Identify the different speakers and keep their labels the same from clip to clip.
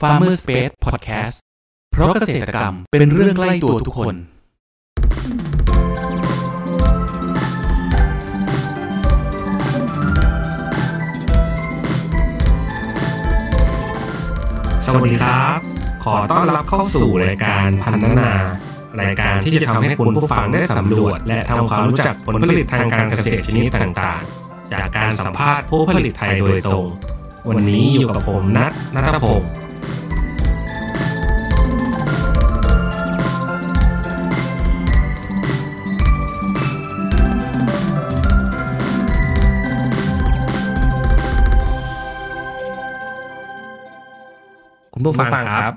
Speaker 1: Farmer Space Podcast เพราะเกษตรกรรมเป็นเรื่องใกล้ตัวทุกคน
Speaker 2: สวัสดีครับ ขอต้อนรับเข้าสู่รายการพันนานารายการที่จะทำให้คุณผู้ฟังได้สำรวจ และทำความรู้จักผลผลิตทางการเกษตรชนิดต่างๆ จากการสัมภาษณ์ผู้ผลิตไทยโดยตรง วันนี้อยู่กับผมนัทนัทพงศ์
Speaker 3: คุณผู้ฟังครับ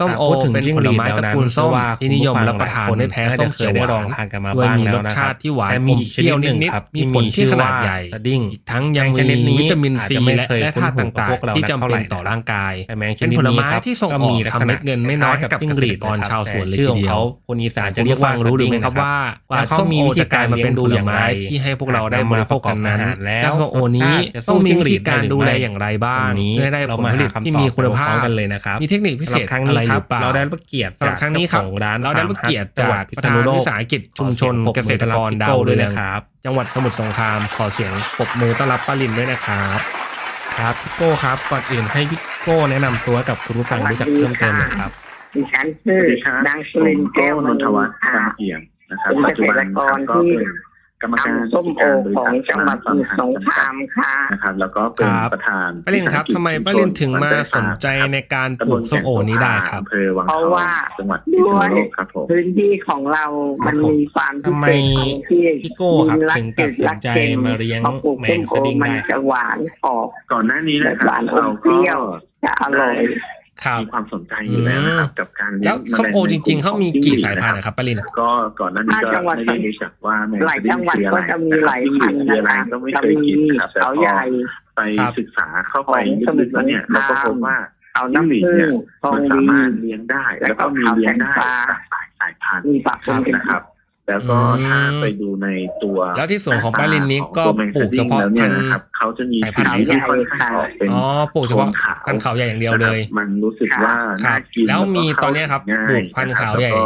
Speaker 3: ส้มโอเป็นผลไม้ตระกูลส้มที่นิยมรับประทานไม่แพ้ส้มเขียวหัวดองทานกันมาบ้างแล้วนะครับแต่มีอีกชนิดหนึ่งครับมีผลที่ขนาดใหญ่สดิ้งอีกทั้งยังมีวิตามินซีและธาตุต่างๆที่จำเป็นต่อร่างกายเป็นผลไม้ที่ส่งออกทำเม็ดเงินไม่น้อยกับจิ้งหรีดตอนชาวสวนเลยทีเดียวคนอีสานจะเรียกว่ารู้หรือไม่ครับว่าว่าส้มโอจะกลายมาเป็นดูอย่างไรที่ให้พวกเราได้มาพบกันนั้นแล้วส้มโอนี้ต้องมีวิธีการดูแลอย่างไรบ้างเพื่อให้ได้ผลผลิตที่มีคุณภาพ
Speaker 2: กันเลยนะครับ
Speaker 3: มีเทคนิคพิเศษ
Speaker 2: ครั้ง
Speaker 3: อะ
Speaker 2: นี้
Speaker 3: ไร
Speaker 2: ค
Speaker 3: ห
Speaker 2: รั
Speaker 3: รื
Speaker 2: บ
Speaker 3: อเปล่า
Speaker 2: เราได้รับเกียรติ
Speaker 3: สำหรับครั้งนี้ครับ
Speaker 2: ของร้าน
Speaker 3: เราได้รับเกียรติจากประธานวิสาหกิจชุมชนเกษตรกรดาวเรื
Speaker 2: ด้วย
Speaker 3: อง
Speaker 2: นะครับ
Speaker 3: จังหวัดสมุทรสงครามขอเสียงปรบมือต้อนรับป้าลินด้วยนะครับครับพี่โก้ครับก่อนอื่นให้พี่โก้แนะนำตัวกับคุณผู้ฟังรู้จักเพิ่มเติมหน่อยครับ
Speaker 4: ดิฉันชื่อดังสุรินทร์แก้วน
Speaker 5: น
Speaker 4: น
Speaker 5: น
Speaker 4: ท
Speaker 5: ท
Speaker 4: วั
Speaker 5: วั
Speaker 4: ฒ
Speaker 5: ฒ
Speaker 4: น์
Speaker 5: น์
Speaker 4: ค่ะ
Speaker 5: กางเอี่ยมนะครับ
Speaker 4: เป็น
Speaker 5: ปัจจุบัน
Speaker 4: เกษตรกร
Speaker 5: นะครับก็
Speaker 4: ที่
Speaker 5: เป็นกรรมการ
Speaker 4: ทำส้มโอของจังหวัดสมุทรสงครามค่ะ
Speaker 5: นะครับ แล้วก็เป็นประธาน
Speaker 3: ป้าลินครับทำไมป้าลินถึงมาสนใจในการปลูกส้มโอนี้ได้ครับ
Speaker 5: อำเภอวัง
Speaker 4: เพราะว่า
Speaker 5: จังหวัดพิษณุโลกครับผม
Speaker 4: พื้นที่ของเรามันมีความพิ
Speaker 2: ทำไม
Speaker 4: เศษของที่
Speaker 2: พี่โก้ครับถึงตัดสินใจมาเลี้ยง
Speaker 4: พอปลูก
Speaker 2: แม
Speaker 4: ส้
Speaker 2: ง
Speaker 4: ม
Speaker 2: ส
Speaker 4: โอ
Speaker 2: ดิ้ง
Speaker 4: มัน
Speaker 2: ได้ค
Speaker 4: จะ
Speaker 2: รับ
Speaker 4: หวานออก
Speaker 5: ก่อนหน้านี้นะค
Speaker 4: ห
Speaker 5: รั
Speaker 4: วา
Speaker 5: บ
Speaker 4: นอม
Speaker 5: เรา
Speaker 4: เป
Speaker 5: ก็
Speaker 4: รี้ยว จะอร่อย
Speaker 3: ครับ
Speaker 5: มีความสนใจอยู่แล้วนะครับกับการเลี้ย
Speaker 3: แล้ว
Speaker 5: ง
Speaker 3: ส้มโอจริง ๆเขามีกี่สายพันธุ์
Speaker 5: นะ
Speaker 3: นะ
Speaker 5: ค
Speaker 3: ครับ รับป้าลิน
Speaker 5: ก็ก่อนหน้านี้ก็
Speaker 4: ถ้าจังหวัด
Speaker 5: ไม่ได้รู้จักว่าแมง
Speaker 4: หลาย
Speaker 5: สดิ้
Speaker 4: จั
Speaker 5: ง
Speaker 4: งหวัด
Speaker 5: คืออะ
Speaker 4: ก็
Speaker 5: ไร
Speaker 4: จะมีหลาย
Speaker 5: จิ้ง
Speaker 4: พัน
Speaker 5: หรีด
Speaker 4: ธุ์นะคะ
Speaker 5: คืออะไรก็ไม่
Speaker 4: จะ
Speaker 5: เคย
Speaker 4: มี
Speaker 5: กินครับแต่
Speaker 4: เขา
Speaker 5: พ
Speaker 4: ให
Speaker 5: อ
Speaker 4: ญ่
Speaker 5: ไป
Speaker 3: ครับ
Speaker 5: ศึกษาเข้าไปลึกๆแล้วเนี่ยเราก็พบว่า
Speaker 4: เขาน้ำผึ้งทอง
Speaker 5: มัน
Speaker 4: ดี
Speaker 5: สามารถเลี้ยงได้
Speaker 4: แล้
Speaker 5: แล้ว ว
Speaker 4: ก็
Speaker 5: ก็มีเลี้ยงได้
Speaker 4: ข้าวแกงปลา
Speaker 5: หลายสายพันธุ์
Speaker 4: มีปากคนเป็น
Speaker 5: นะค
Speaker 4: ครั
Speaker 5: รับ บ แล้วก็
Speaker 3: อืม
Speaker 5: ถ้าไปดูในตัว
Speaker 3: แล้วที่สวนของป้าลินนี้ก็ปลูกเฉพาะ
Speaker 5: แล้วเนี่
Speaker 3: พัน
Speaker 5: ย
Speaker 3: ธุ์
Speaker 5: นะครับเขาจะมี
Speaker 3: สายพันธุ์
Speaker 5: สีที่ค่อนข้างออกเป็น
Speaker 3: อ๋อปลูกเฉพาะ
Speaker 5: โคนขาว
Speaker 3: พันธุ์เขาใหญ่อย่างเดียวเลย
Speaker 5: นะครับมันรู้สึกว่า
Speaker 3: ครั
Speaker 5: น่า
Speaker 3: บ
Speaker 5: กิน
Speaker 3: แล้วมี
Speaker 5: ก็
Speaker 3: ตอนเนี้ยครับ
Speaker 5: ง่าย
Speaker 3: ปลูกพันธุ์ขาวใหญ่
Speaker 5: แล้ก็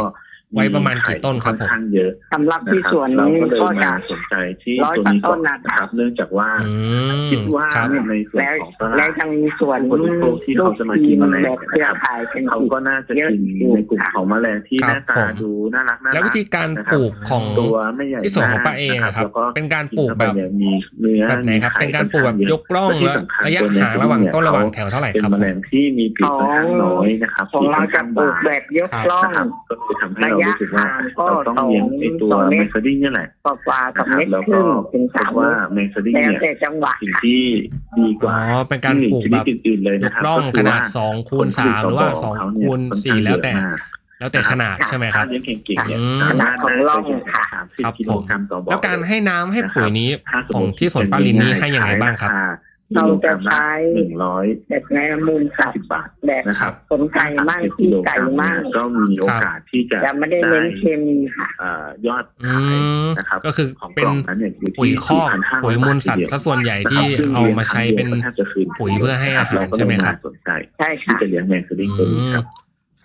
Speaker 3: ไว้ประมาณกี่ต้นครับผม
Speaker 5: อนข้างเยอะ
Speaker 4: สำหรับที่
Speaker 5: ะคบ
Speaker 4: สวน
Speaker 5: เรา
Speaker 4: นี้
Speaker 5: ก็เลย
Speaker 4: ก็จะ
Speaker 5: มาสนใจที่
Speaker 4: ร้อย
Speaker 5: ตัว
Speaker 4: กว่า
Speaker 5: นี้
Speaker 4: ต้
Speaker 5: ก่อน น
Speaker 4: น่ะ
Speaker 5: นะครับ เนื่องจากว่า
Speaker 3: อืม
Speaker 5: คิดว่า
Speaker 3: ครับ
Speaker 5: ในส่วน
Speaker 4: แล้ว
Speaker 5: ของตลาด
Speaker 4: แล้วยังมีส่วน
Speaker 5: คน
Speaker 4: ลู
Speaker 5: พว
Speaker 4: ก
Speaker 5: กที่เขาจะมา
Speaker 4: ที
Speaker 5: กิ
Speaker 4: ม
Speaker 5: นแมลง
Speaker 4: แบบเครือข่ายเป็น
Speaker 5: เขา
Speaker 4: อีก
Speaker 5: ก็น่าจะกินในกลุ่มของแมลงที่หน้าตา
Speaker 3: ครับผม
Speaker 5: ดูน่ารักน่ารัก
Speaker 3: แล้ววิธีการปลูกของ
Speaker 5: ตัวไม่ใหญ่
Speaker 3: ที่ส่งของป้าเองอะครับ
Speaker 5: แล้วก็
Speaker 3: เป็นการปลูกแบบ
Speaker 5: นเข้าไเนี่ยมีเนื้อ
Speaker 3: แบบไหนครับ
Speaker 5: มีไข่
Speaker 3: เป็นการปลูกแบบ
Speaker 5: ค่อนข้งเะ
Speaker 3: ยกร่อง
Speaker 5: ที่
Speaker 3: แล้ว
Speaker 5: สำคัญ
Speaker 3: ระยะห่าง
Speaker 5: ตัเนี่
Speaker 3: ระหว่างต้นระหว่างแถวเท่าไหร่
Speaker 5: เป็น
Speaker 3: ครับ
Speaker 5: แมลงที่มีปีกค่อนข้างน้อยนะครับ
Speaker 4: ของเราจะปลูก
Speaker 5: แบ
Speaker 4: แบบ บยกกล้อง
Speaker 5: นะครับก็คือทำให้เรารู้สึกว่าเราต้องเลี้ยงไอตัว
Speaker 4: ระยะห่างก็
Speaker 5: เมสซดิ้งเนี่ยแหละ
Speaker 4: กว่าๆกับเม็ด
Speaker 5: แล้ว
Speaker 4: ค
Speaker 5: ก็
Speaker 4: รึ่งถึง
Speaker 5: พ
Speaker 4: สา
Speaker 5: บ
Speaker 4: ม
Speaker 5: ว่าเมสซดิ้ง
Speaker 4: แล้ว
Speaker 5: เนี่ย
Speaker 4: แต่จังหวะ
Speaker 5: สิ่งที่ดีก
Speaker 3: อ๋อ
Speaker 5: ว่า
Speaker 3: เป็นการปลูกแบบ
Speaker 5: จิ้งหรีดชนิดอื่นๆเลย
Speaker 3: ย
Speaker 5: นะ
Speaker 3: ก
Speaker 5: ครับ
Speaker 3: ร่อง
Speaker 5: ก็
Speaker 3: ข
Speaker 5: คือ
Speaker 3: นา
Speaker 5: ว่า
Speaker 3: ดสองคูณสามหรือว่าสองคูณสี่แล้วแต่ แล้วแต่ขนาดใช่ไหมครับ
Speaker 5: ถ้าเลี้ยงเก่งๆเนี่ย
Speaker 3: อืม
Speaker 5: สามารถได้ไปถึงสามสิบ
Speaker 3: ครับ
Speaker 5: กิโลกรัมต่อบ่อ
Speaker 3: แล้วการให้น้ำให้ปุ๋ยนี้
Speaker 5: ถ้าสม
Speaker 3: ขอ
Speaker 5: มุ
Speaker 3: ง
Speaker 5: ติ
Speaker 3: ที่สวนปาลินนี้ให้ยังไงบ้างครับ
Speaker 4: เราจะใช้
Speaker 5: หนึ่งร้อย
Speaker 4: แบบในมุมสับ
Speaker 5: สิบบาท
Speaker 4: แบบ
Speaker 5: นะครับ
Speaker 4: ขนไก่มั่งที่ไก่มั่ง
Speaker 5: ก็มีโอกาสที่จะ
Speaker 4: จะไม่ได้เน้นเคมีค่ะ
Speaker 5: เอ่อยอด
Speaker 3: อื
Speaker 5: ขาย
Speaker 3: ม
Speaker 5: นะครับ
Speaker 3: ก็คือ
Speaker 5: ของ
Speaker 3: เป็
Speaker 5: ก
Speaker 3: น
Speaker 5: ล่องนั้นเนี่ยอยู่ที่
Speaker 3: ปุ๋ยคอก
Speaker 5: 4,500
Speaker 3: ปุ๋ยมูลสัตว์
Speaker 5: บาท
Speaker 3: ซะส่วนใหญ่
Speaker 5: นะครับ
Speaker 3: ที่
Speaker 5: ซึ่ง
Speaker 3: เอามาใช้เป็น
Speaker 5: ลี้ยงครั้งดียวก็แทบจะคืน
Speaker 3: ปุ๋ยเพื่อให้อาหารใช่ไหมครับ
Speaker 5: เาก็เลยน่าสนใจ
Speaker 4: ใช่
Speaker 5: ที่
Speaker 4: ค่ะ
Speaker 5: จะเลี้ยงแมงสดิ้งตัวนี้ครับ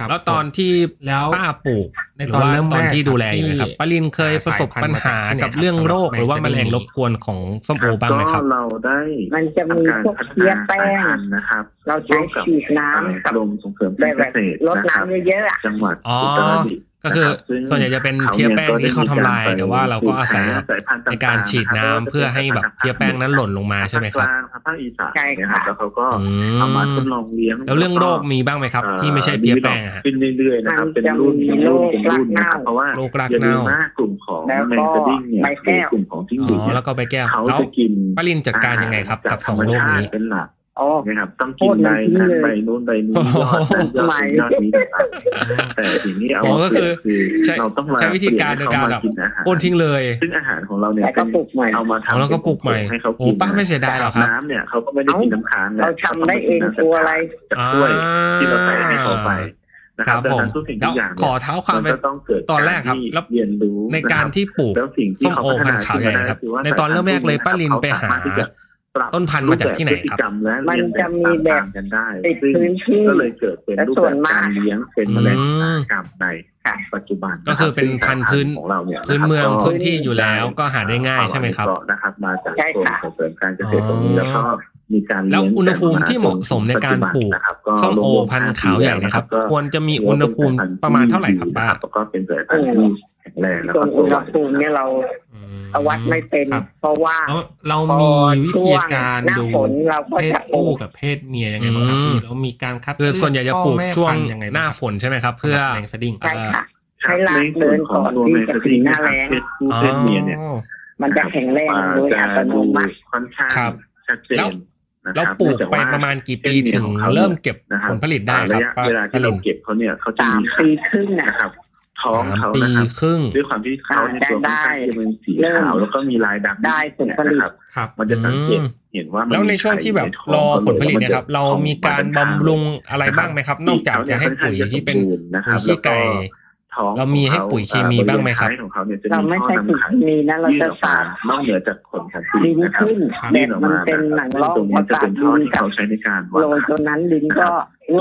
Speaker 3: ครับแล้วตอนที่
Speaker 2: แล้ว
Speaker 3: ป้าปลูก
Speaker 2: ใน
Speaker 3: ห
Speaker 2: ตอน
Speaker 3: ว่า
Speaker 2: เริ่ม
Speaker 3: ตอน
Speaker 2: แรก
Speaker 3: ที่
Speaker 2: ครับ
Speaker 3: ดูแลอยู่
Speaker 2: ที่
Speaker 3: นะครับปาลินเคยประสบปัญหากับเรื่องโรคหรือว่าแมลงรบกวนของส้มโอบ้างไหมครับ
Speaker 5: ก็เราได้
Speaker 4: มันจะมี
Speaker 5: ทำการ
Speaker 4: พวก
Speaker 5: พัฒ
Speaker 4: เพี้ย
Speaker 5: นา
Speaker 4: แป้
Speaker 5: สาย
Speaker 4: ง
Speaker 5: พันธุ์นะครับ
Speaker 4: เราใช้ฉีดน้ำกับ
Speaker 5: กรมส่งเสริม
Speaker 4: แบ
Speaker 5: การ
Speaker 4: บ
Speaker 5: เกษตร
Speaker 4: ลด
Speaker 5: นะครับ
Speaker 4: น้ำเยอะๆอะ
Speaker 5: จังหวัด
Speaker 3: อ๋อ
Speaker 5: อุตรดิตถ์
Speaker 3: ก็คือ
Speaker 5: นะครับซึ่ง
Speaker 3: ส่วนใหญ่จะเป็นเพี้ยแป้งที่เขาทำลาย แต่ว่าเราก็อาศัย
Speaker 5: สพันธุ์ต่งๆ
Speaker 3: ในการฉีดน้ำเพื่อให้แบบเพี้ยแป้งนั้นหล่นลงมาใช่ไหมครับ
Speaker 5: ภาทางภาคอีสาน
Speaker 4: ใช่
Speaker 5: นะ
Speaker 4: ค่ะ
Speaker 5: ครับแล้วเขาก็
Speaker 3: อื
Speaker 5: เอามาม ทดลองเลี้ยง
Speaker 3: แล้วเรื่องโรคมีบ้างไหมครับ
Speaker 5: อ่อ
Speaker 3: ที่ไม่ใช่เพี้ยแป้งอะฮะ
Speaker 5: ขึ้นเรื่อยๆนะครับเป็นรุ่นเป็นรุ่นเป็นรุ่นนะครับเพราะว่า
Speaker 3: โรคราก
Speaker 5: อย่าลื
Speaker 3: เน่าม
Speaker 5: ว่ากลุ่มของ
Speaker 4: แล้วก็
Speaker 5: แมงสดิ้งเนี่ย
Speaker 4: ใบแก้ว
Speaker 5: คือกลุ่มของจิ้งห
Speaker 3: อ๋
Speaker 5: รีด
Speaker 3: อ
Speaker 5: เนี่ย
Speaker 3: แล้วก็ไปแก้ว
Speaker 5: เขา
Speaker 3: แล้ว
Speaker 5: จะกิน
Speaker 3: ป้าลินจัดการยังไงครับ
Speaker 5: จ
Speaker 3: กับสองโรคนี้
Speaker 5: ธมชาติเป็นหลัก
Speaker 4: อ๋อ
Speaker 5: นะครับต้อง
Speaker 4: โค
Speaker 5: กิ
Speaker 4: ตร
Speaker 5: นใบนั้น
Speaker 4: เลย
Speaker 5: ใบนู้นใบนี้
Speaker 3: โอ้โห
Speaker 5: ยอดนั้นยอดนี้ยอดนี้ต่างๆแต่สิ่งที่เอา
Speaker 3: อ๋อก็คือ
Speaker 5: เปรียบ
Speaker 3: ใช้
Speaker 5: เราต้องมา
Speaker 3: ใช้วิธีการโดยการแบบ
Speaker 5: เปลี่ยนให้เขามากินอาหาร
Speaker 3: โอนทิ้งเลย
Speaker 5: ซึ่งอาหารของเราเนี่ย
Speaker 4: แต่ก็ปลูกใหม่
Speaker 5: เอามา
Speaker 3: อ๋อ
Speaker 5: ทำ
Speaker 3: แล้วก็ปลูกใหม่
Speaker 5: ให้เขา
Speaker 3: โอ้
Speaker 5: กิน
Speaker 3: ป้าไม่เสียดายหรอครับ
Speaker 5: น้ำเนี่ยเขาก็ไม่ได้กินน้ำค้างนะ
Speaker 4: เราทำได้เองตัวอะไร
Speaker 5: จากกล้วยที่เราใส่ให้เขาไปนะค
Speaker 3: ค
Speaker 5: รั
Speaker 3: รั
Speaker 5: บบ ดัง
Speaker 3: ผม
Speaker 5: นั้นทุกสิ่ง
Speaker 3: แล้
Speaker 5: ทุ
Speaker 3: ว
Speaker 5: กอย่าง
Speaker 3: ข
Speaker 5: เนี่
Speaker 3: อย เท้าความไป
Speaker 5: มันก็ต้องเกิด
Speaker 3: ตอนแรกครับ
Speaker 5: ที่
Speaker 3: แล้ว
Speaker 5: เรียนรู้
Speaker 3: ในการ
Speaker 5: ะคบ
Speaker 3: ที่ปลูก
Speaker 5: แล้วสิ่งที่
Speaker 3: ส้มโอ
Speaker 5: เขาพัฒ
Speaker 3: พันธุ์
Speaker 5: นา
Speaker 3: ขาวใหญ่นะครับ
Speaker 5: อว่า
Speaker 3: ในตอนเริ่มแรกเลยป้าลินไปหา
Speaker 5: เขสมรถที่จะ ปรับ
Speaker 3: ต้นพันธุ์มาจากที่ไหนครับ
Speaker 5: ปแพฤติกรรมและ
Speaker 4: มัน
Speaker 5: เรียน
Speaker 4: จะมีแบบ
Speaker 5: ต่างๆกันได้
Speaker 4: ติด
Speaker 5: ซึ่ง
Speaker 4: พื้นที่
Speaker 5: ก็เลยเกิดเป็นรูปแบบการเลี้ยงเป็นแมลง
Speaker 3: อืม
Speaker 5: กรรมใน
Speaker 4: ค่ะ
Speaker 5: ปัจจุบัน
Speaker 3: ก็คือเป็นพันธุ์พื้น
Speaker 5: ของเราเนี่ยะครับ
Speaker 3: พื้นเมือง
Speaker 5: ก็
Speaker 3: พื้นที่อยู่แล้วก็หาได้ง่ายใช่ไหมครับ
Speaker 5: เอนุเาะห์นะครับมาจาก
Speaker 4: ใช่
Speaker 5: กรม
Speaker 4: ค่ะ
Speaker 5: ส่งเสริมการเกษตรตรงนี้แล้วก็มีการ
Speaker 3: แล้ว
Speaker 5: เยง
Speaker 3: อุณหภูมิที่เหมาะสมในการปลูก
Speaker 5: ปัจจุบันนะครับก็
Speaker 3: ส้มโอ
Speaker 5: รวๆ
Speaker 3: พันธุ์ขาวใหญ่นะครับ
Speaker 5: ก็
Speaker 3: ควรจะมีอุณหภูมิประมาณเท่าไหร่ครับป้า
Speaker 5: แล้วก็เป็นสายพันธุ์ที่แข็งแรงแล้ว
Speaker 4: ส่ว
Speaker 5: ก็
Speaker 4: นอุณหภูมิเนี่ยเรา
Speaker 3: อืม
Speaker 4: วัดไม่เป็น
Speaker 3: ครับ
Speaker 4: เพราะว่า
Speaker 6: แล้วเรามีวิธีการ
Speaker 4: พอช่วงห
Speaker 6: ดู
Speaker 4: น้าฝนเราก็
Speaker 6: เพศ
Speaker 4: จะปลู
Speaker 6: ผู้
Speaker 4: ก
Speaker 6: กับเพศเมียยังไงบ้างครับพี่แล้วมีการคัด
Speaker 3: คือส่วนใหญ่จะปลูก
Speaker 6: พ่อแม่
Speaker 3: ช่วง
Speaker 6: พัธุ์ยังไง
Speaker 3: ห
Speaker 6: บ้า
Speaker 3: น้าง
Speaker 6: ครับ
Speaker 3: ฝนใช่ไหมครับ เพื่อ
Speaker 6: แมลงสดิ้ง
Speaker 4: ใช่ค่ะ ให้ลาก
Speaker 5: ใน
Speaker 4: เดิ
Speaker 5: ส่วน
Speaker 4: น
Speaker 5: ข
Speaker 4: ก่
Speaker 5: อง
Speaker 4: อน
Speaker 5: ตัว
Speaker 4: ที่
Speaker 5: เม
Speaker 4: จะ
Speaker 5: ส
Speaker 4: ถึ
Speaker 5: ติ
Speaker 4: ง
Speaker 5: ง
Speaker 4: หน้า
Speaker 5: นะครับ
Speaker 4: แล้ง
Speaker 5: เพศผู้เพศเมียเนี่ย
Speaker 4: มันจะแข็งแรงโดยอัตโนมัติ
Speaker 5: ค่อนข้าง
Speaker 3: ครับ
Speaker 5: ชัดเจนนะค
Speaker 3: เรา
Speaker 5: บ
Speaker 3: ปลูก
Speaker 5: เนื่องจ
Speaker 3: ไป
Speaker 5: ว่
Speaker 3: ประมาณกี่ปี
Speaker 5: เส้นเหนี
Speaker 3: ถึ
Speaker 5: ยว
Speaker 3: ง
Speaker 5: ของเขา
Speaker 3: เริ่มเก็บ
Speaker 5: นะครับ
Speaker 3: ผลผลิตได้ครั
Speaker 5: ระ
Speaker 3: บ
Speaker 5: ยะ
Speaker 3: ป้า
Speaker 5: เวลา
Speaker 3: ป้า
Speaker 5: ที่
Speaker 3: ลิ
Speaker 5: เรา
Speaker 3: น
Speaker 5: เก็บเขาเนี่ยเขาจะ
Speaker 4: สาม
Speaker 5: มี
Speaker 4: ปีครึ่งนะ
Speaker 5: นะครับ ท้อง
Speaker 3: สาม
Speaker 5: เขา
Speaker 3: ปี
Speaker 5: นะครับ
Speaker 3: ครึ่ง
Speaker 5: ด้วยความที่เขาในยตัวค่อนข้างที่จะเป็นสีขาวแล้วก็มีลายดำ
Speaker 4: ได้ผลผลิต
Speaker 5: นะครับ
Speaker 6: ครับ
Speaker 5: มันจะสังเกต
Speaker 3: อืม
Speaker 5: เห็นว่ามั
Speaker 3: แล้วในช่วงที่แบบรอผลผลิตเนะครับ เรามีการบำรุงอะไรบ้างไหมครับ นอกจากจะให้ปุ๋ยที่เป็นปุ๋ยขี้ไก่
Speaker 5: ท้อง
Speaker 3: เรามีให้ปุ๋ยเคมีบ้างไหมครับ
Speaker 5: ท้ของเขาเนี่ยจะ
Speaker 4: เรา
Speaker 5: มี
Speaker 4: ไม่
Speaker 5: ท่อ
Speaker 4: ใช่ปุ๋ยเค
Speaker 5: นำไข่
Speaker 4: มีนะเรา
Speaker 5: ยื่น
Speaker 4: จะ
Speaker 5: ออ
Speaker 4: สาม
Speaker 5: การ นอกเหนือจากขนของปุ๋ย
Speaker 4: ดิน
Speaker 5: นะครับ
Speaker 4: ขึ้นแบ
Speaker 5: ยื่
Speaker 4: บ
Speaker 5: ออก
Speaker 4: มันา เป็นหนังลอก
Speaker 5: ตรง
Speaker 4: ป
Speaker 5: นี้
Speaker 4: ระ
Speaker 5: จะ
Speaker 4: กาศ
Speaker 5: เป็นท่อ
Speaker 4: ดิน
Speaker 5: ที่
Speaker 4: กับ
Speaker 5: เขาใช้ในการ
Speaker 4: โร
Speaker 5: วัด
Speaker 4: ยจนนั้นดินก็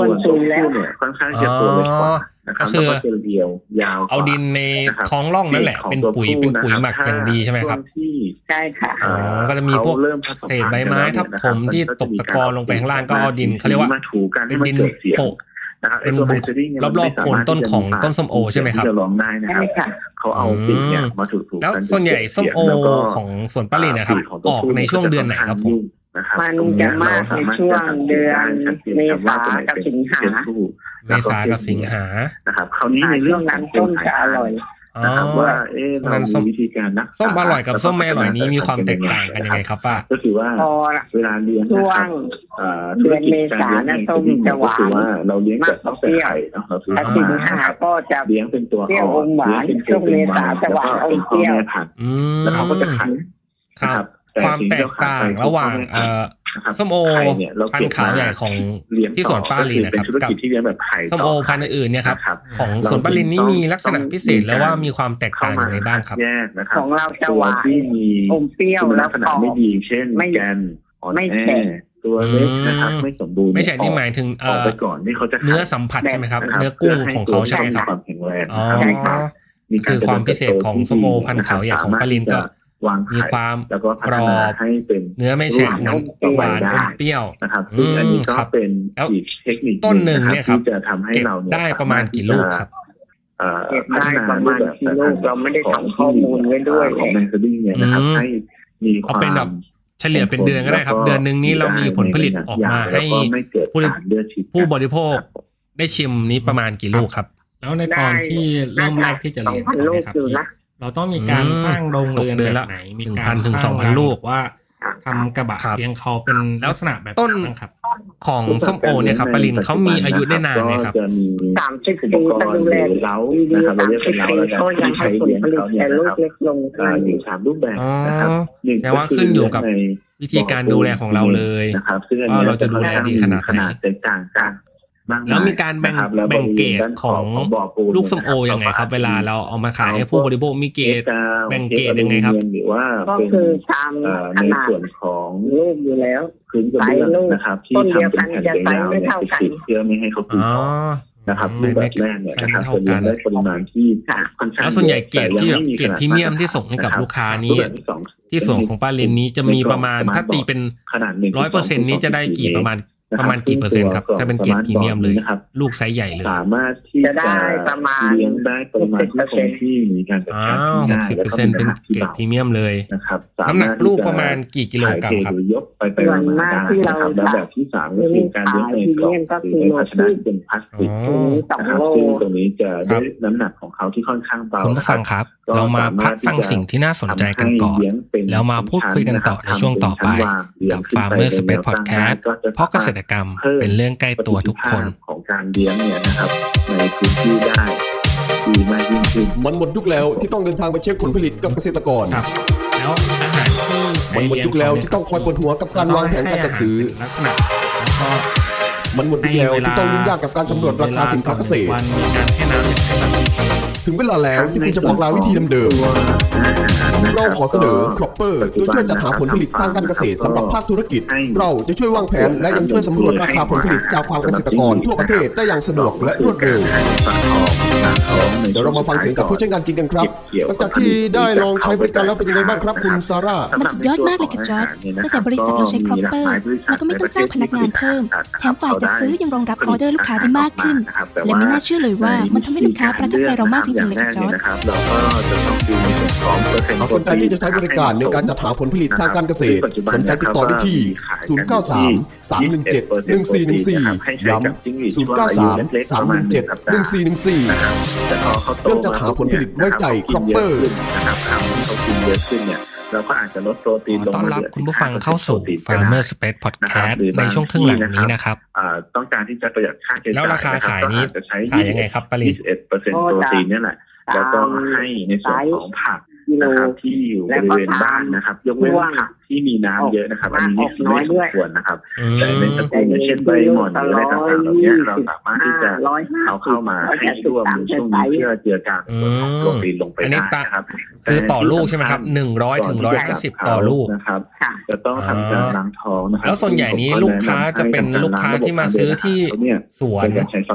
Speaker 4: ร่
Speaker 5: ส่
Speaker 4: ว
Speaker 5: วนน
Speaker 4: ซุ
Speaker 5: ตัวย
Speaker 4: แล้ว
Speaker 5: ผู้เนี่ยค่อนข้างจะตัวเล็กกว่านะครับ
Speaker 3: อ๋อก็คือ
Speaker 5: แล้วก็จะเรียวยาวกว่
Speaker 3: เอาดินใน
Speaker 5: นะครับ
Speaker 3: ท้องร่องนั่นแหละ เป็นปุ๋ยเป็นปุ๋ยหมักอย่างดีใช่ไหมครับ
Speaker 5: ช่วงที่
Speaker 4: ใช่ค่ะ
Speaker 3: อ๋อก็จะมีพวก
Speaker 5: ขาริ่มผส
Speaker 3: เศษใบไม้ทับถมที่ตกตะกอนลงไปข้างล่างก็เอาดินเขาเรียกว่า
Speaker 5: มาถูกันให้มัน
Speaker 3: ดิน
Speaker 5: เกิดเสียง
Speaker 3: โปะ
Speaker 5: นะครับ
Speaker 3: เป็น
Speaker 5: ไอ้ตัว
Speaker 3: บุก
Speaker 5: ไฮเดนเนี่ยมัน
Speaker 3: รอบๆโคนต้นของต้นส้มโอใช่ไหมครับ
Speaker 5: ที่จะร้องได้นะค
Speaker 4: ใช่
Speaker 5: รับ
Speaker 4: ค่ะ
Speaker 5: เขาเอาปีกเนี่ยมาถูๆ
Speaker 3: แล้ว
Speaker 5: กัจ
Speaker 3: ส่วนใหญ่
Speaker 5: เกิด
Speaker 3: ส้ม
Speaker 5: เยง
Speaker 3: โอ
Speaker 5: แล้วก็
Speaker 3: ของสวนป้าลินนะครับ
Speaker 5: ปีของตั
Speaker 3: อ
Speaker 5: ว
Speaker 3: อก
Speaker 5: ผู้
Speaker 3: ในช่วงเดือนไหนครับผม
Speaker 5: นะครับ
Speaker 4: มันจะมากในช่วงเดือนเมษากับสิงหา
Speaker 3: เมษากับสิงหา
Speaker 5: นะครับคราวนี้ในเรื่องการ
Speaker 4: ต้นจะอร่อย
Speaker 3: อ๋อ
Speaker 5: นะครับว่าเอ๊ะ
Speaker 3: เพราะฉะนั้
Speaker 5: เรา
Speaker 3: นส้
Speaker 5: มี
Speaker 3: ม
Speaker 5: วิธีการรักษา
Speaker 3: ส้มอร่อยกับส้มไม่อร่อยนี้มีความแตกต่างกันยังไงครับป้า
Speaker 5: ก็คือว่า
Speaker 4: พอ
Speaker 5: เวลาเลี้ยงนะ
Speaker 4: ช่ว
Speaker 5: ครั
Speaker 4: ง
Speaker 5: บเอ่อธุรกิจการเลี้ยงเนี่ย
Speaker 4: เดือนเมษานะส้มจะหวาน
Speaker 5: ก็คือว่าเราเลี้ยงแบบต้องเป็นไข่เนาะเราซื้อ
Speaker 4: ถ้า
Speaker 5: มา
Speaker 4: สิงหาก็จะ
Speaker 5: เลี้ยงเป็นตัว
Speaker 4: เปรี้ยวอมหวาน
Speaker 5: เลี้ยงเป็นตัว
Speaker 4: ช่วงเมษาจะหวานอมเปรี้ยว
Speaker 5: แล้ก็ป
Speaker 3: อืม
Speaker 5: ็นพ่อแม่พันธุ์แล้วเขาก็จะไข่
Speaker 3: ครั
Speaker 5: นะ
Speaker 3: บ ความ
Speaker 5: สิ่ง
Speaker 3: แต
Speaker 5: ที่
Speaker 3: ก
Speaker 5: เข
Speaker 3: ต่าง
Speaker 5: ขยคือ
Speaker 3: ระหว่าง
Speaker 5: พ่อแม่
Speaker 3: เอ่
Speaker 5: พัน
Speaker 3: อ
Speaker 5: ธุ์นะครับ
Speaker 3: ส้มโอ
Speaker 5: ไข่เยเรา
Speaker 3: พัน
Speaker 5: เก็บ
Speaker 3: ธุ์ขาวใหญ่ของ
Speaker 5: เลี้ยง
Speaker 3: ที่สวน
Speaker 5: ต่อ
Speaker 3: ป้าลิน
Speaker 5: ก็
Speaker 3: นะ
Speaker 5: อเป็
Speaker 3: คน รับ
Speaker 5: ธุร
Speaker 3: กับ
Speaker 5: กิจที่เลี้ยงแบบไข่
Speaker 3: ส้มโอ
Speaker 5: ต่
Speaker 3: พันธุ์อื่นๆเนี่ยครับ
Speaker 5: นะครับ
Speaker 3: ของสวนป้าลินนี่มีลักษณะพิเศษแล้วว่ามีความแตก
Speaker 5: เข้า
Speaker 3: ต่าง
Speaker 5: มา
Speaker 3: ยังไงบ้างครับ
Speaker 5: แยกนะค
Speaker 4: ข
Speaker 5: รับ
Speaker 4: องเราจะ
Speaker 5: ตั
Speaker 4: ห
Speaker 5: ว
Speaker 4: วาน
Speaker 5: ที่มี
Speaker 4: อมเปรี้ยว
Speaker 5: คุณ
Speaker 4: แล้
Speaker 5: ลั
Speaker 4: ว
Speaker 5: กษณะ
Speaker 4: ก็
Speaker 5: ไม่ดีเช่น
Speaker 4: ไม่
Speaker 5: แกนอ่อน
Speaker 4: ไม่
Speaker 5: แอ
Speaker 4: แข็ง
Speaker 5: ตัวเล็กนะครับ
Speaker 3: อืม
Speaker 5: ไม่สมบูรณ์
Speaker 3: ไม่ใช่นี่หมายถึง
Speaker 5: อ
Speaker 3: เอ่
Speaker 5: อก
Speaker 3: อ
Speaker 5: ไปก่อนนี่เขาจะ
Speaker 3: เนื้อสัมผัสใช่ไหมครับ เนื้อกุ้งของเขาใช่ไหมครับ
Speaker 5: ความแข็งแรง
Speaker 3: อ๋อ
Speaker 5: นะครับมีก
Speaker 3: คื
Speaker 5: ร
Speaker 3: อความพิเศษของส้มโอพันธุ์ขาวใหญ่ของป้าลินก็
Speaker 5: วาง
Speaker 3: มี
Speaker 5: ไข่
Speaker 3: ความ
Speaker 5: แล้วก็พัฒ
Speaker 3: กร
Speaker 5: นา
Speaker 3: อบ
Speaker 5: ให้เป็น
Speaker 3: เนื้อไม่แฉะน้ำหวานอมเปรี้ยว
Speaker 5: นะครับซึ่งอันนี้
Speaker 3: อื
Speaker 5: ก็
Speaker 3: มครับ
Speaker 5: เป็น
Speaker 3: แล้ว
Speaker 5: อีกเทคนิค
Speaker 3: ต้นหนึ่งเนี่ยครับ
Speaker 5: ที่จะทำให้เราเนี่ย
Speaker 3: เก็บได้ประมาณกี่ลูกครับ
Speaker 5: เอ่อ
Speaker 4: เก็บได้ประมาณกิโลเราไม่ได้
Speaker 5: ของ
Speaker 4: ทำข้อมูลไว้ด้วย
Speaker 5: ของแมงสดิ้งเนี่ยนะครับ
Speaker 3: อืม
Speaker 5: ให้มีควา
Speaker 3: เอาเป็นแบบ
Speaker 5: ม
Speaker 3: เฉลี่ยเป็นเดือนก็ได้ครับ เดือนหนึ่งนี้เรามีผลผลิตออกมาให้ ผู้
Speaker 5: ผู้เลือดฉีด
Speaker 3: ผู้บริโภคได้ชิมนี้ประมาณกี่ลูกครับ
Speaker 6: แล้วในตอนที่เริ่มแรกที่จะ
Speaker 4: สอ
Speaker 6: เรีย
Speaker 4: ง
Speaker 6: น
Speaker 4: พันลูก
Speaker 6: ครับ
Speaker 4: อยู่
Speaker 6: พี่
Speaker 4: นะ
Speaker 6: เราต้องมีการ
Speaker 3: อืม
Speaker 6: สร้างโรงเรือน
Speaker 3: ตกเดื
Speaker 6: แบ
Speaker 3: อนละ
Speaker 6: บไหนมี
Speaker 3: 1,000
Speaker 6: การ
Speaker 3: ถึง
Speaker 6: สร้า
Speaker 3: 2,000
Speaker 6: รัง
Speaker 3: ลูก
Speaker 6: ว่าทำกระบะ
Speaker 3: ครับ
Speaker 6: เลี้ยงเขาเป็นลักษณะแบบ
Speaker 3: ต้น
Speaker 6: ไหบ้างครับ
Speaker 3: ของส้มโอเนี่ยครับปรินเขามีอายุได้นานไหมครับ
Speaker 5: ก็จะมี
Speaker 4: สามสิบ
Speaker 5: อุ
Speaker 4: ปี
Speaker 5: ปกร
Speaker 4: ก็
Speaker 5: ณ์
Speaker 4: ดู
Speaker 5: ห
Speaker 4: แล
Speaker 5: รือเล้านะครับ
Speaker 4: สา
Speaker 5: เรา
Speaker 4: ม
Speaker 5: เรียก
Speaker 4: สิ
Speaker 5: เป็
Speaker 4: บ
Speaker 5: นเล้า
Speaker 4: ปีก็
Speaker 5: แล้วกัน
Speaker 4: ยัง
Speaker 5: ที่
Speaker 4: ให้
Speaker 5: ใช้
Speaker 4: ผล
Speaker 5: เลี้ยง
Speaker 4: ผลิ
Speaker 5: เขา
Speaker 4: ต
Speaker 5: เนี่ย
Speaker 4: แต่ลู
Speaker 5: นะค
Speaker 4: ก
Speaker 5: รับ
Speaker 4: เล็กลง
Speaker 5: เอ่ออยู่สามรูปแบบนะครับ
Speaker 3: อ๋อ
Speaker 5: หนึ่ง
Speaker 3: แต่ว่าขึ้นอยู่กับ
Speaker 5: ก็คื
Speaker 3: วิธีการดูแลของเราเลย
Speaker 5: นะครับซึ่งอัน
Speaker 3: ว่า
Speaker 5: นี้
Speaker 3: เราจะดูแลดีขนาดไหน
Speaker 5: ขนาดแตกต่างกันมากย
Speaker 3: แล้วมีการแบ่ง
Speaker 5: นะคล้ว
Speaker 3: แบ่งเกรด
Speaker 5: บริวณาน
Speaker 3: ของ
Speaker 5: บ่อปูน
Speaker 3: ลูกส้มโอ
Speaker 5: นะ
Speaker 3: ยังไงครับ เวลาเราเอามาขายให้ผู้บริโภคมีเกรด
Speaker 5: กาว
Speaker 3: แบ่งเกรดยังไงครับ
Speaker 5: หรือว่า
Speaker 4: ก็
Speaker 5: เป็น
Speaker 4: คือตาม
Speaker 5: เอ่อ
Speaker 4: ข
Speaker 5: ใน
Speaker 4: นาด
Speaker 5: ส่วนของ
Speaker 4: ลูกอยู่แล้ว
Speaker 5: พื้นกระเบื้องนะครับที่ทำเป็นแผ่นยาวเนี่ยไปปิดเพื่อไม่ให้เขาปิด
Speaker 3: อ๋อ
Speaker 5: นะครับรูปแบบแรกเนี่ยนะครับจะเลี้ยงได้ปริมาณที่ค่อนข้าง
Speaker 3: แล้วส่วนใหญ่เกรดที่แบบเกรดพรีเมียมที่ส่งให้กับลูกค้านี้ ที่ส่วนของป้าเลนนี้จะมีประมาณถ้าตีเป็น
Speaker 5: ขนาดหนึ่ง
Speaker 3: ร้อยเปอร์เซ็นนี้จะได้กี่ประมาณประมาณกี่เปอร์เซ็นต์ครับ ถ้าเป็นเกรดพรีเมียมเลย
Speaker 5: นะครับ
Speaker 3: ลูกไซส์ใหญ่เลย
Speaker 5: สามารถที่
Speaker 4: จะได้ประมาณ
Speaker 5: เลี้ยงได้ปริมาณที่คงที่มีการจัด
Speaker 3: อ้า
Speaker 5: การ
Speaker 3: วห
Speaker 5: ที่
Speaker 3: กสิบ
Speaker 5: ได้แล้
Speaker 3: เปอร์
Speaker 5: วก็
Speaker 3: เซ็นต์
Speaker 5: มี
Speaker 3: เป็น
Speaker 5: ข
Speaker 3: เก
Speaker 5: นาดที่
Speaker 3: รด
Speaker 5: เบา
Speaker 3: พรีเมียมเลย
Speaker 5: นะครับสา
Speaker 3: น้ำหนั
Speaker 5: มาร
Speaker 3: ก
Speaker 5: ถ
Speaker 3: ลูกประมาณกี่กิโลกรัมครับ
Speaker 5: หรือยกไปไปมาๆได้นะครับแล้วแบบที่สามก็คือการเลี้ยงในกล่องหรือในภาชนะที่เป็นพลาสติก
Speaker 3: อ๋อ
Speaker 4: ถึงสองโล
Speaker 5: นะครับซึ่งตรงนี้จะด้วยน้ำหนักของเขาที่ค่อนข้างเบา
Speaker 3: คุณผู้
Speaker 5: นะค
Speaker 3: ฟั
Speaker 5: รับ
Speaker 3: งครับ
Speaker 5: ก็
Speaker 3: เรามาพักฟัง
Speaker 5: สามารถที่จะ
Speaker 3: สิ่งที่น่าสนใจกันก่อน
Speaker 5: ทำให้เลี้ยงเป็น
Speaker 3: แล้วมาพูดคุยกันต่อในช่วงต่อไปกับ Farmer Space Podcast เพราะเกษตรกรรมเป็นเรื่องใกล้ตัวทุกคน
Speaker 5: ของการเลี้ยงเนี่ยนะครับ ในพื้นที่ได้ดีมากยิ่งขึ้น
Speaker 7: มันหมดยุคแล้วที่ต้องเดินทางไปเช็คผลผลิตกับเกษตรกร
Speaker 6: ครับ แล้วอาหารที่ใช้
Speaker 7: มันหมด
Speaker 6: เลี้ยง
Speaker 7: ยุคแล้วที่ต้องคอยปวดหัวกับการวางแผนการจัดซื้อ
Speaker 6: ลักษณะแล้วก็
Speaker 7: มันหมดยุคแล้วที่ต้องยุ่งยากกับการสำรวจราคาสินค้าเกษตร
Speaker 6: วันมีการให้น้ำอย่างเป็นระดับ
Speaker 7: ถึงเวลาแล้วที่คุณจะบอกลาวิธีเดิมๆเราขอเสนอ Cropper ตัวช่วยจัดหาผลผลิตทางการเกษตรสำหรับภาคธุรกิจ เราจะช่วยวางแผนและยังช่วยสำรวจราคาผลผลิตจากฟาร์มเกษตรกรทั่วประเทศได้อย่างสะดวกและรวดเร็ว เดี๋ยวเรามาฟังเสียงกับผู้ใช้งานจริงกันครับหลังจากที่ได้ลองใช้บริการแล้วเป็นยังไงบ้างครับคุณซาร่า
Speaker 8: มันสุดยอดมากเลยค่ะจอร์ดตั้งแต่บริษัทเราใช้ครอปเปอร์แล้วก็ไม่ต้องจ้างพนักงานเพิ่ม แถมฝ่ายจัดซื้อยังรองรับออเดอร์ลูกค้าได้มากขึ้น และไม่น่าเชื่อเลยว่ามันทำให้ลูกค้าประทับใจเรามากจริงๆเลยค่ะจอร์ด
Speaker 5: เราก็จะต้องดูในส่วนของเปอร์เซ็นต์
Speaker 7: หากสนใจที่จะใช้บริการในการจัดหาผลผลิตทางการเกษตร สนใจติดต่อได้ที่ 093 317 1414 ย้ำ093 317 1414
Speaker 5: แต่พอเขาโต
Speaker 7: เรื่องจัดหาผลผลิตไว้ใจ
Speaker 5: ขากิน
Speaker 7: Cropper
Speaker 5: ยะขึ้นนะครับคำที่เขากินเยอะขึ้นเนี่ยเราก็อาจจะลดโปรตีน
Speaker 3: ขอต้
Speaker 5: ลง
Speaker 3: อน
Speaker 5: มาเห
Speaker 3: รับ
Speaker 5: ลือ
Speaker 3: คุณผู้ฟังเข้าสู่
Speaker 5: 15%
Speaker 3: Farmer Space
Speaker 5: นะครับ
Speaker 3: Podcast
Speaker 5: หรือ
Speaker 3: ใน
Speaker 5: บาง
Speaker 3: ช่วงครึ่งหลังนี้นะครับ
Speaker 5: อ่าต้องการที่จะประหยัดค่าใช้จ่าย
Speaker 3: แล้วราคาขายนี้
Speaker 5: ะครับก็อจจะใช้
Speaker 3: ขายยังไงครับปริ
Speaker 5: ยี่
Speaker 3: ต
Speaker 5: สิบเอ็ดเปอร์เซ็นต์โปรตีนเนี่ยแหละแล้วก็ให้ในส่วนของผัก
Speaker 4: กิโล
Speaker 5: นะครับที่อยู่บริเวณบ้านนะครับ ยกเว้น
Speaker 4: ว่าง
Speaker 5: ผักที่มีน้ำเยอะนะครับ อันนี้ไม่
Speaker 4: น้อยด้
Speaker 5: ไม่
Speaker 4: วย
Speaker 5: ควรนะครับ
Speaker 3: อื
Speaker 5: แต่ในตระ
Speaker 3: ม
Speaker 5: กูลอย่างเช่นใบหม่อนหรืออะไรต่างๆเหล่านี้เราสามารถที่จะ
Speaker 4: ร้อยห้า
Speaker 5: เอาเข้ามาให้ร่วมในช่วงนี้เพื่อเจือจางในส่วนของโปรตีนลงไปได้นะครับ
Speaker 3: คือต่อลูกใช่ไหมครับหนึ่งร้อยถึงร้อยห้าสิบต่อลูก
Speaker 5: นะครับ
Speaker 4: ค่ะ
Speaker 5: จะต้องทำการล้างท้องนะครั
Speaker 3: แล้วส่วนใหญ่นี้ลูกค้าจะเป็นลูกค้าที่มาซื้อที่
Speaker 5: เนี่ย
Speaker 3: สวน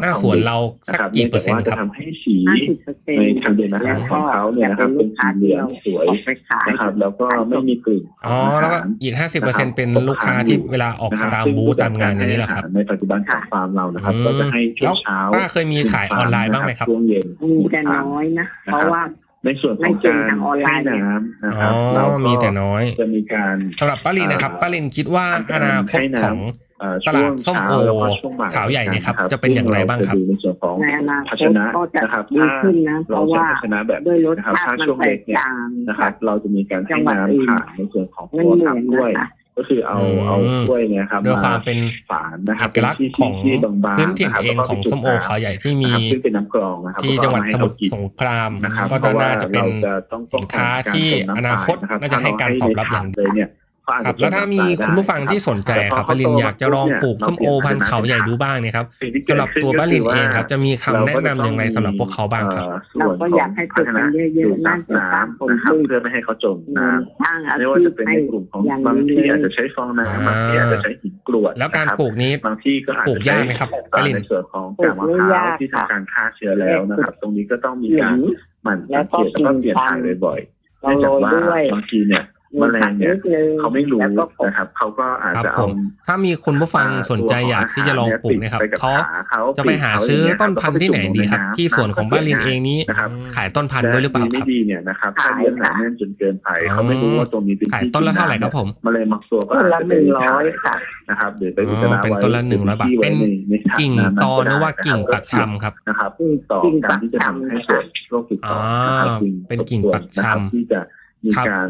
Speaker 3: หน้าสวนเราสัก
Speaker 5: นะครับ
Speaker 3: กี่เปอร์เซ็นต์
Speaker 5: จะ
Speaker 3: ครับ
Speaker 5: ทำให้สี
Speaker 4: ห้าสิบเปอร์เซ็น
Speaker 5: ใน
Speaker 4: ต์
Speaker 5: ทางเดินอาหารของเขาเนี่ยนะครับเป็นสีเหลืองสวย
Speaker 4: ออกไปขาย
Speaker 5: นะครับแล้วก็ไม่มีกลิ่น
Speaker 3: อ๋อ แล้วก็อีกห้าสิบเปอร์เซ็นเป็นลูกค้าที่เวลาออก
Speaker 5: นะครับ
Speaker 3: ตาม
Speaker 5: ซึ่ง
Speaker 3: บูธตามงาน
Speaker 5: ผู้
Speaker 3: นี้เหร
Speaker 5: จั
Speaker 3: อค
Speaker 5: ดก
Speaker 3: รับ
Speaker 5: ในปัจจุบันของฟาร์มเรานะครับก็จะให้ช่
Speaker 3: แล้ว ว
Speaker 5: งเช้า
Speaker 3: ป้าเคยมีขายออนไลน์บ้างไหมครับ
Speaker 5: ช่วงเย็น
Speaker 4: มีแต่น้อยนะ เพราะว่า
Speaker 5: ในส่วนข
Speaker 4: ไม่
Speaker 5: อง
Speaker 4: เก่
Speaker 5: การ
Speaker 4: งทางออนไลน์
Speaker 5: ให้น้ำนะค
Speaker 3: อ๋
Speaker 5: รั
Speaker 3: อ
Speaker 5: บเราก็
Speaker 3: มีแต่น้อย
Speaker 5: จะมีการ
Speaker 3: สำหรับป้าลินนะครับป้าลินคิดว่าอนาคตของ
Speaker 5: เอ่อ
Speaker 3: ตลาด
Speaker 5: ช่วง
Speaker 3: ส้มโอ
Speaker 5: เช้าแล้วก็ช่วงบ่าย
Speaker 3: ขาวใหญ่เนี่ยครับ
Speaker 5: น
Speaker 3: จะเป็นอย่างไรบ้างครับ
Speaker 5: ซึ่เจะดูในส่วนของ
Speaker 4: ในอนา
Speaker 5: ภา
Speaker 4: ค
Speaker 5: ช
Speaker 4: ต
Speaker 5: นะ
Speaker 4: ก็จะ
Speaker 5: นะครับ
Speaker 4: ดี
Speaker 5: ถ้า
Speaker 4: ขึ้นนะ เพ
Speaker 5: เรา
Speaker 4: ราะ
Speaker 5: ใช้
Speaker 4: ว่า
Speaker 5: ภาชนะแบบ
Speaker 4: ด้วยรส
Speaker 5: นะครับ
Speaker 4: ชาติ
Speaker 5: ถ้า
Speaker 4: มัน
Speaker 5: ช่วง
Speaker 4: แต
Speaker 5: เด็ก
Speaker 4: ก
Speaker 5: เนี่ย
Speaker 4: ต่าง
Speaker 5: นะครับเราจะมีการให้น้ำผ่านในส่วนของ
Speaker 4: มั
Speaker 5: ตั
Speaker 4: น
Speaker 5: ว
Speaker 4: เหมือนนะ
Speaker 5: ถังด้วย
Speaker 4: คะ
Speaker 5: ก็คือเอา
Speaker 3: อืม
Speaker 5: เอาถ้วยเนี่ยครับ
Speaker 3: ด้วยความเป็น
Speaker 5: ฝานนะครับ
Speaker 3: เอกลักษณ์ของ
Speaker 5: ที่บางๆ
Speaker 3: พื้นถิ่นเอง
Speaker 5: แล้วก็
Speaker 3: ของส้มโอขาวใหญ่ที่มี
Speaker 5: นะครับซึ่งเป็นน้ำกรองนะครับ
Speaker 3: ที่จังหวัดสมุทรสงคราม
Speaker 5: นะครับ
Speaker 3: ก็
Speaker 5: เพราะว่า
Speaker 3: น่าจะเป็น
Speaker 5: เราจะต้องป้อ
Speaker 3: สิ
Speaker 5: งกัน
Speaker 3: นค้าที่
Speaker 5: กรจม
Speaker 3: อนาคต
Speaker 5: ำลยรับ
Speaker 3: น่าจะให้การตอบรับอย่างดี
Speaker 5: เลยเนี่ยเขาอาจ
Speaker 3: ครั
Speaker 5: จะ
Speaker 3: บ แล้วถ้ามีคุณผู้ฟังที่สนใจครับป้าลินอยากจะลองปลูกส้มโอพันธุ์เขาใหญ่ดูบ้างเนยครับ
Speaker 5: สิ่งที่เกิ
Speaker 3: สำ
Speaker 5: ด
Speaker 3: หรับ
Speaker 5: ขึ้น
Speaker 3: ตัว
Speaker 5: ก็
Speaker 3: ป้าลิน
Speaker 5: ว่า
Speaker 3: เองครับจะมีคำแนะนำอย่างไรสำหรับพวกเขาบ้างครับ
Speaker 5: ส่
Speaker 4: เรา
Speaker 5: วนข
Speaker 4: ก็
Speaker 5: ง
Speaker 4: อยากให้ปลูกกันเยอะๆน่าจะสร้างผล
Speaker 5: นะค
Speaker 4: ผ
Speaker 5: รับ
Speaker 4: ลิต
Speaker 5: เพื่อไม่ให้เขาจมน้
Speaker 4: สร้างอา
Speaker 5: ำไม่ว่า
Speaker 4: ชีพ
Speaker 5: จะเป็น
Speaker 4: ให้
Speaker 5: ในกลุ่มของ
Speaker 4: อย่าง
Speaker 5: บาง
Speaker 4: นี้
Speaker 5: ที่อาจ
Speaker 4: เล
Speaker 5: จะ
Speaker 4: ย
Speaker 5: ใช้ฟองน้ำบางที่อาจจะใช้หินกรวด
Speaker 3: แล้วการ
Speaker 5: นะครับ
Speaker 3: ปลูกนี้
Speaker 5: บางที่ก็อาจ
Speaker 3: ปลูก
Speaker 5: จะ
Speaker 3: ยา
Speaker 5: ใช้
Speaker 3: กไหมครับปลิน
Speaker 5: ในส่วนของกากมะพร้าวที่ทำการฆ่าเชื้อแล้วนะครับ ตรงนี้ก็ต้องมีการหมั่นสังเกตแล้วก็เปลี่ยนถ่ายบ่อยๆ
Speaker 4: เรา
Speaker 5: เนื่อง
Speaker 4: โรย
Speaker 5: จากว่า
Speaker 4: ด้วย
Speaker 5: บางทีเนี่ยแมลงเนี่ยเขาไม่รู้นะครับ เขาก็อาจ
Speaker 3: ครับ
Speaker 5: จะ
Speaker 3: ผ
Speaker 5: เอา
Speaker 3: มถ้ามีคุณผู้ฟังสนใจอยากที่จะลองปลูกเนะครับ
Speaker 5: ไปกับ
Speaker 3: เขา
Speaker 5: ขเขา
Speaker 3: จะไปหาซื้อต้นพันธุ์ที่ไหนดีครับ ที่สวนของป้าลินเองนี้
Speaker 5: นะครับ
Speaker 3: ขายต้นพันธุ์ด้วยหรือเปล่าค
Speaker 5: ดีไม่
Speaker 3: รับ
Speaker 5: ดีเนี่ยนะครับ
Speaker 4: ขา
Speaker 5: ถ้ายเลี้ยงหนาแน่นจนเกินไป
Speaker 3: อ๋อ
Speaker 5: เขาไม่รู้ว่าตรงนี้เป็น
Speaker 3: ขาย
Speaker 5: ที่
Speaker 3: ต้นละเท่าไหร่ครับผม
Speaker 5: มาเลยมักตัวก็
Speaker 4: ต้น
Speaker 5: อา
Speaker 4: ละ
Speaker 5: จจะ
Speaker 4: หนึ่
Speaker 5: เป็
Speaker 4: ง
Speaker 5: นที่
Speaker 4: ร้อยค่ะ
Speaker 5: นะครับหรือไปอุจจาระ
Speaker 3: อ๋อเป็น
Speaker 5: ไว้
Speaker 3: ต้นละหนึ่งร้อยบาท
Speaker 5: ที่ไว้
Speaker 3: เป็น
Speaker 5: ในในถั
Speaker 3: กิ่งตอนหรือว่า
Speaker 5: ะคบ
Speaker 3: กิ่งปักชำครับ
Speaker 5: นะครับ ต่อการที่จะทำให้ส่วนโรคติดต่อ
Speaker 3: อ่า
Speaker 5: นะครับจึง
Speaker 3: เป็นกิ่งปักชำ
Speaker 5: นะครับที่จะมีการ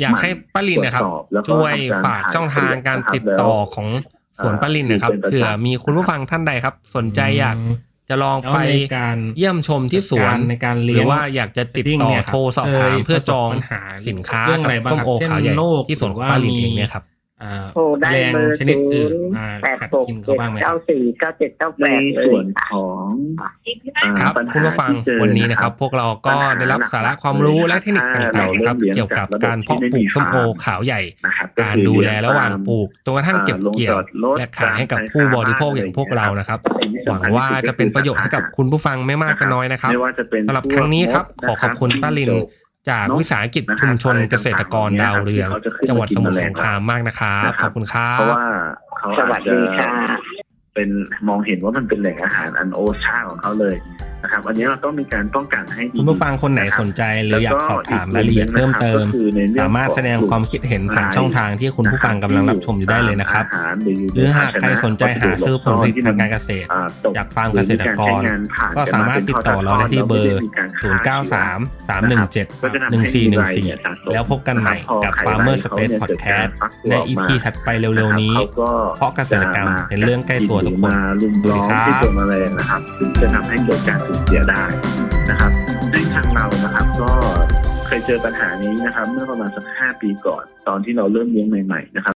Speaker 3: อยากให้ป้าลินนะครับ
Speaker 5: ตวจสอแล้วก็
Speaker 3: ช่วย
Speaker 5: ทำกร
Speaker 3: ฝากช่องทางการติดต่อของสวนป้าลินนะครับเผื่อมีคุณผู้ฟังท่านใดครับ สนใจอยากจะลอง
Speaker 6: แล้ว
Speaker 3: ไป
Speaker 6: ในการ
Speaker 3: เยี่ยมชมที่สวน
Speaker 6: ในการ
Speaker 3: ห
Speaker 6: เลี้
Speaker 3: รื
Speaker 6: ยง
Speaker 3: อว่าอยากจะติดต่อโทรสอบถามเพื่อจองสินค้า
Speaker 6: เรื่องอะไรบ้าง
Speaker 3: ส้มโอขาวใหญ่ที่สวนของป้าลินเองเนี่ยครับ
Speaker 6: เอ่อ
Speaker 4: โทรได้
Speaker 6: แรง
Speaker 4: เบอร์
Speaker 6: ชนิดอื่น
Speaker 4: ศูนย์
Speaker 6: มา
Speaker 4: แปด
Speaker 6: กัด
Speaker 4: หก
Speaker 6: กินเขา
Speaker 4: เจ็ด
Speaker 6: บ้างไหมค
Speaker 4: เก้า
Speaker 6: รับ
Speaker 4: สี่เก้าเจ็ดเก้าแป
Speaker 5: ใน
Speaker 4: ดเลย
Speaker 5: ส่วน
Speaker 4: ค่ะ
Speaker 5: ของอ่า
Speaker 3: ครับ
Speaker 5: ปัญหา
Speaker 3: คุณผู้ฟัง
Speaker 5: ที่เจอ
Speaker 3: วันนี้นะครับ พวกเราก็ได้รับสาระความรู้และเทคนิคต่างๆนะครับ เกี่ยวกับการเพาะปลูกส้มโอขาวใหญ่
Speaker 5: นะครับ
Speaker 3: การดูแลระหว่างปลูกจนกระทั่งเก็บเกี่ยว และขายให้กับผู้บริโภคอย่างพวกเรานะครับ หวังว่าจะเป็นประโยชน์ให้กับคุณผู้ฟังไม่มากก็น้อยนะครับ
Speaker 5: ไม่ว่าจะเป็น
Speaker 3: สำหรับครั้งนี้ครับ ขอขอบคุณป้าลิน จากวิสาหกิจชุมชนเกษตรกรดาวเรือง จังหวัดสมุทรสงครามมากนะครับขอบคุณครั
Speaker 5: เพราะ
Speaker 3: บ
Speaker 5: ว่าเขา
Speaker 4: สวั
Speaker 5: อา
Speaker 4: ส
Speaker 5: จ
Speaker 4: ดี
Speaker 5: จะ
Speaker 4: ค่ะ
Speaker 5: เป็นมองเห็นว่ามันเป็นแหล่งอาหารอันโอชาของเขาเลยนะครับ อันนี้เราต้องมีการป้องกันให้ดี
Speaker 6: คุณผู้ฟังคนไหนสนใจหรืออยากสอบถามรายละเอียดเพิ่มเติม สามารถแสดงความคิดเห็นผ่านช่องทางที่คุณผู้ฟังกำลังรับชมอยู่ได้เลยนะครับ หรือหากใครสนใจหาซื้อผลผลิตทางการเกษตร
Speaker 5: อ่ต
Speaker 6: จากฟาร์มเกษตรกร ก็สามารถติดต่อเราได้ที่เบอร์ 093 317 1414 แล้วพบกันใหม่กับ Farmer Space Podcast ใน EP ถัดไปเร็วๆนี้ เพราะเกษตรกรรมเป็นเรื่องใกล้ตัวทุกคน
Speaker 5: ลุมล้อมที่ตัวแมลงนะครับซึ่งจะทำให้เกิดการสูญเสียได้นะครับในทางเรานะครับ ก็เคยเจอปัญหานี้นะครับ เมื่อประมาณสักห้าปีก่อนตอนที่เราเริ่มเลี้ยงใหม่ๆนะครับ